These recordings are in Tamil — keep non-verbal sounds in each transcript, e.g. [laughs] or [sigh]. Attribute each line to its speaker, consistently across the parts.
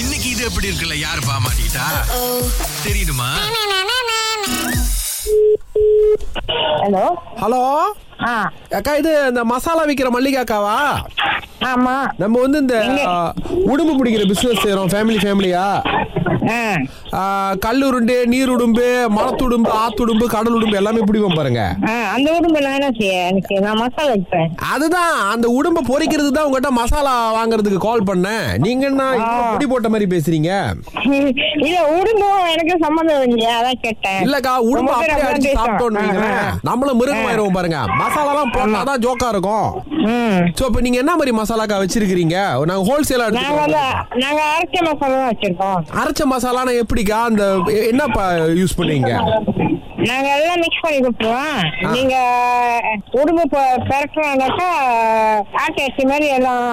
Speaker 1: இன்னைக்கு இது எப்படி இருக்குல்ல யார் பாமாட்டா தெரியுமா
Speaker 2: ஹலோ
Speaker 3: ஹலோ
Speaker 2: ஆ
Speaker 3: அக்கா இது இந்த மசாலா விற்கிற மல்லிகா அக்காவா
Speaker 2: ஆமா
Speaker 3: நம்ம வந்து இந்த
Speaker 2: எங்க?
Speaker 3: ஆ, உடும்பு பிடிக்கிற பிசினஸ் செய்றோம் ஃபேமிலி ஃபேமிலியா
Speaker 2: ஆ
Speaker 3: கல் உருண்டு நீர் உடும்பு மரத்துடும்பு ஆத்துடும்பு கடல் உடும்பு எல்லாமே பிடிப்போம் பாருங்க
Speaker 2: ஆ அந்த உடம்பு நான் என்ன செய்ய எனக்கு நான் மசாலா வைப்பேன் [laughs]
Speaker 3: அதுதான் அந்த உடம்ப பொறிக்கிறது தான் உங்ககிட்ட மசாலா வாங்குறதுக்கு கால் பண்ணேன் நீங்க என்ன இவ்வளவு
Speaker 2: ஆ.
Speaker 3: பொடி போட்ட மாதிரி பேசுறீங்க
Speaker 2: இல்ல உடம்பும் எனக்கு சம்மந்தம் இல்லையா அதான் கேட்டேன்
Speaker 3: இல்லக்கா
Speaker 2: ரொம்ப
Speaker 3: உடம்ப
Speaker 2: பேர்
Speaker 3: அப்படியே
Speaker 2: அப்படிதான் பேசுறோம்.
Speaker 3: அடிச்சு சாப்பிட்டோம்
Speaker 2: ஆ, ஆ.
Speaker 3: நம்மள மிருகமாயிருவோம் பாருங்க மசாலாலாம் போட்டாதான் ஜோக்கா இருக்கும்
Speaker 2: ம்
Speaker 3: சோ இப்போ நீங்க என்ன மாதிரி மசாலாக்கா வச்சிருக்கீங்க நாங்க ஹோல்சேலா
Speaker 2: நாங்க வந்து
Speaker 3: எடுத்துக்கோங்க
Speaker 2: நாங்க அரைச்ச மசாலா தான் வச்சிருக்கோம்
Speaker 3: அரைச்ச மசாலானா எப்படிக்கா அந்த எ- என்னப்பா யூஸ் பண்ணுவீங்க
Speaker 2: நாங்க எல்லாம் மிக்ஸ் பண்ணி கொடுத்துருவோம்
Speaker 3: ஆ.
Speaker 2: நீங்க உடம்பு பிறக்கணும்னாக்கா ஆட்டை அரிசி மாதிரி எல்லாம்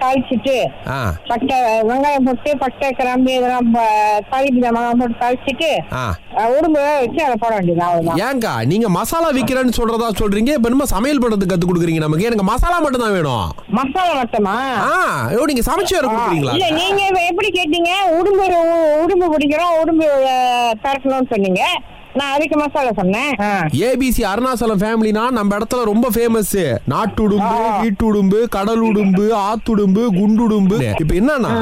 Speaker 2: தாளிச்சிட்டு
Speaker 3: ஆ
Speaker 2: பட்டை வெங்காயம் போட்டு பட்டை கிராம்பு இதெல்லாம் ப- தாளிப்பு ஜாமான் போட்டு தாளிச்சிட்டு
Speaker 3: ஆ
Speaker 2: அஹ், உடும்பு வச்சு அதை போட வேண்டியது அவ்வளவுதான்
Speaker 3: ஏங்கா நீங்க மசாலா விக்கிறேன்னு சொல்றதா சொல்றீங்க இப்ப என்னமோ சமையல் பண்றதுக்கு கத்து கொடுக்குறீங்க நமக்கு எனக்கு மசாலா மட்டும் தான் வேணும்
Speaker 2: மசாலா மட்டுமா
Speaker 3: ஆ ஐயோ நீங்க சமைச்சு வேற
Speaker 2: ஆ,
Speaker 3: கொடுக்குறீங்களா
Speaker 2: இல்ல நீங்க இப்ப எப்படி கேட்டீங்க உடும்பு உ- உடும்பு பிடிக்கிறோம் உடும்பு அஹ், பிறக்கணும்னு சொன்னீங்க நான் அதுக்கு மசாலா சொன்னேன் ஆ.
Speaker 3: ஏபிசி அருணாச்சலம் ஃபேமிலினா நம்ம இடத்துல ரொம்ப ஃபேமஸ் நாட்டுடும்பு
Speaker 2: ஆ.
Speaker 3: வீட்டுடும்பு கடல் உடும்பு ஆத்துடும்பு குண்டுடும்பு இப்ப என்னன்னா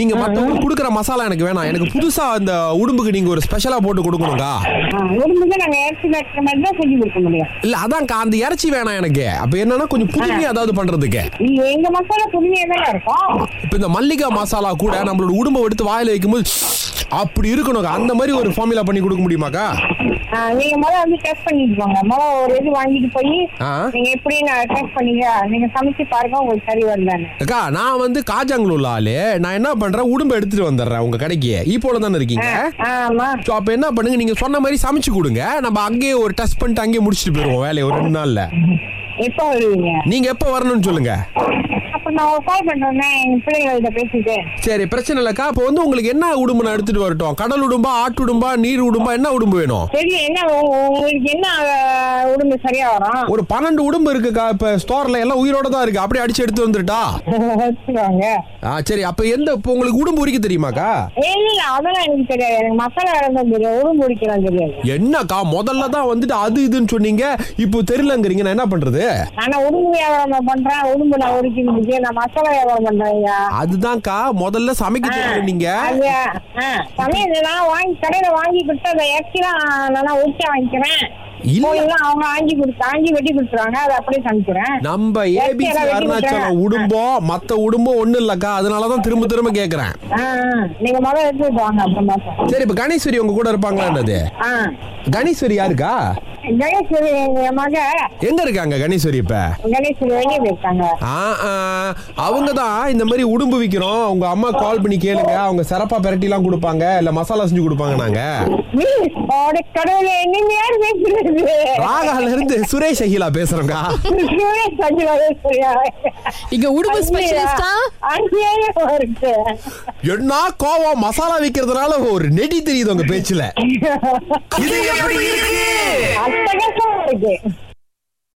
Speaker 3: நீங்க மத்தவங்களுக்கு கொடுக்குற மசாலா எனக்கு வேணாம் எனக்கு புதுசா அந்த உடும்புக்கு நீங்க ஒரு ஸ்பெஷலா போட்டு கொடுக்கணுங்கா
Speaker 2: ஆ, உடும்புக்கு நாங்க இறச்சி வைக்கிற மாதிரி தான் செஞ்சு கொடுக்க முடியும்
Speaker 3: இல்ல அதான்க்கா அந்த இறைச்சி வேணாம் எனக்கு அப்ப என்னன்னா கொஞ்சம் புதுமையா ஏதாவது பண்றதுக்கு
Speaker 2: இங்க எங்க மசாலா புதுமையா தானே இருக்கும்
Speaker 3: இப்ப இந்த மல்லிகா மசாலா கூட நம்மளோட உடம்ப எடுத்து வாயில வைக்கும்போது அப்படி இருக்கணுங்க அந்த மாதிரி ஒரு ஃபார்முலா பண்ணி கொடுக்க முடியுமாக்கா
Speaker 2: ஆ, நீங்க முதல்ல வந்து டெஸ்ட் பண்ணிட்டு போங்க முதல்ல ஒரு இது வாங்கிட்டு போய்
Speaker 3: ஆ.
Speaker 2: நீங்க எப்படி நான் டெஸ்ட் பண்ணீங்க நீங்க சமைச்சு பாருங்க உங்களுக்கு சரி வரலான்னு
Speaker 3: அக்கா நான் வந்து காஜாங்களூர்ல ஆளு நான் என்ன பண்றேன் உடம்ப எடுத்துட்டு வந்துடுறேன் உங்க கடைக்கு இப்போல தானே இருக்கீங்க
Speaker 2: ஆமா
Speaker 3: ஸோ அப்போ என்ன பண்ணுங்க நீங்க சொன்ன மாதிரி சமைச்சு கொடுங்க நம்ம அங்கேயே ஒரு டெஸ்ட் பண்ணிட்டு அங்கேயே முடிச்சுட்டு போயிடுவோம் வேலையை ஒரு ரெண்டு நாள்ல
Speaker 2: எப்போ வருவீங்க
Speaker 3: நீங்க எப்போ வரணும்னு சொல்லுங்க
Speaker 2: அப்ப நான் கால் பண்றேன்னா எங்க பிள்ளைங்கள்ட்ட பேசிட்டு
Speaker 3: சரி பிரச்சனை இல்லக்கா அப்போ வந்து உங்களுக்கு என்ன உடும்பு நான் எடுத்துட்டு வரட்டும் கடல் உடும்பா ஆட்டு உடும்பா நீர் உடும்பா என்ன உடும்பு வேணும்
Speaker 2: சரி என்ன உ- உங்களுக்கு என்ன ஆ, உடம்பு சரியா வரும்
Speaker 3: ஒரு பன்னெண்டு உடும்பு இருக்குக்கா இப்போ ஸ்டோர்ல எல்லாம் உயிரோட தான் இருக்கு அப்படியே அடிச்சு எடுத்து வந்துட்டா
Speaker 2: வச்சுருவாங்க
Speaker 3: ஆ சரி அப்ப எந்த இப்போ உங்களுக்கு உடம்பு உரிக்க தெரியுமாக்கா
Speaker 2: இல்ல இல்ல அதெல்லாம் எனக்கு தெரியாது எனக்கு மசாலா வேலைதான் தெரியும் உடம்பு பிடிக்கலாம் தெரியாது
Speaker 3: என்னக்கா முதல்ல தான் வந்துட்டு அது இதுன்னு சொன்னீங்க இப்போ தெரியலங்கிறீங்க நான் என்ன பண்றது
Speaker 2: ஆனா உடம்பு வியாபாரம் நான் பண்றேன் உடம்பு நான் உடிக்க முடியும் நான் மசாலா வியாபாரம் பண்றேன் ஐயா
Speaker 3: அதுதான்க்கா முதல்ல சமைக்க தெரியல நீங்க
Speaker 2: அது, ஆ, சமையல் இதெல்லாம் வாங்கி கடையில வாங்கி கொடுத்து அதை இறச்சிலாம் நல்லா ஊற்றி வாங்கிக்கிறேன்
Speaker 3: இல்ல.
Speaker 2: கோயில்லாம் அவங்க வாங்கி கொடுத்து வாங்கி வெட்டி கொடுத்துருவாங்க அதை அப்படியே சமைக்கிறேன்
Speaker 3: நம்ம ஏபிசி
Speaker 2: வெட்டி
Speaker 3: அருணாச்சலம்
Speaker 2: விட்டுறேன்.
Speaker 3: உடும்போம் மத்த உடும்போம் ஒண்ணு இல்லக்கா அதனாலதான் திரும்ப திரும்ப கேக்குறேன்
Speaker 2: ஆ, ஆ. நீங்க முதல்ல எடுத்துட்டு வாங்க அப்புறமா சார்.
Speaker 3: சரி இப்ப கணேஸ்வரி உங்க கூட இருப்பாங்களான்றது
Speaker 2: ஆ
Speaker 3: கணேஸ்வரி யாருக்கா
Speaker 2: கணேஸ்வரி எங்க மக
Speaker 3: எங்க இருக்காங்க கணேஸ்வரி இப்ப
Speaker 2: கணேஸ்வரி வெளியே போயிருக்காங்க
Speaker 3: ஆ ஆ, அவங்க தான் இந்த மாதிரி உடும்பு விக்கிறோம் உங்க அம்மா கால் பண்ணி கேளுங்க அவங்க சிறப்பா பெரட்டி எல்லாம் கொடுப்பாங்க இல்ல மசாலா செஞ்சு கொடுப்பாங்க நாங்க
Speaker 2: நீ, அட கடவுளே நீங்க யாரு பேசுறது
Speaker 3: ராகால இருந்து சுரேஷ் அகிலா பேசுறோம்க்கா
Speaker 2: சுரேஷ் சஞ்சனா பேசுறியா?
Speaker 4: இங்க உடுப்பு ஸ்பெஷலிஸ்டா
Speaker 2: அங்கேயே இருக்கு.
Speaker 3: என்ன கோவம் மசாலா விக்கிறதுனால ஒரு நெடி தெரியுது உங்க பேச்சுல
Speaker 1: இது எப்படி இருக்கு
Speaker 2: அட்டகாசமா இருக்கு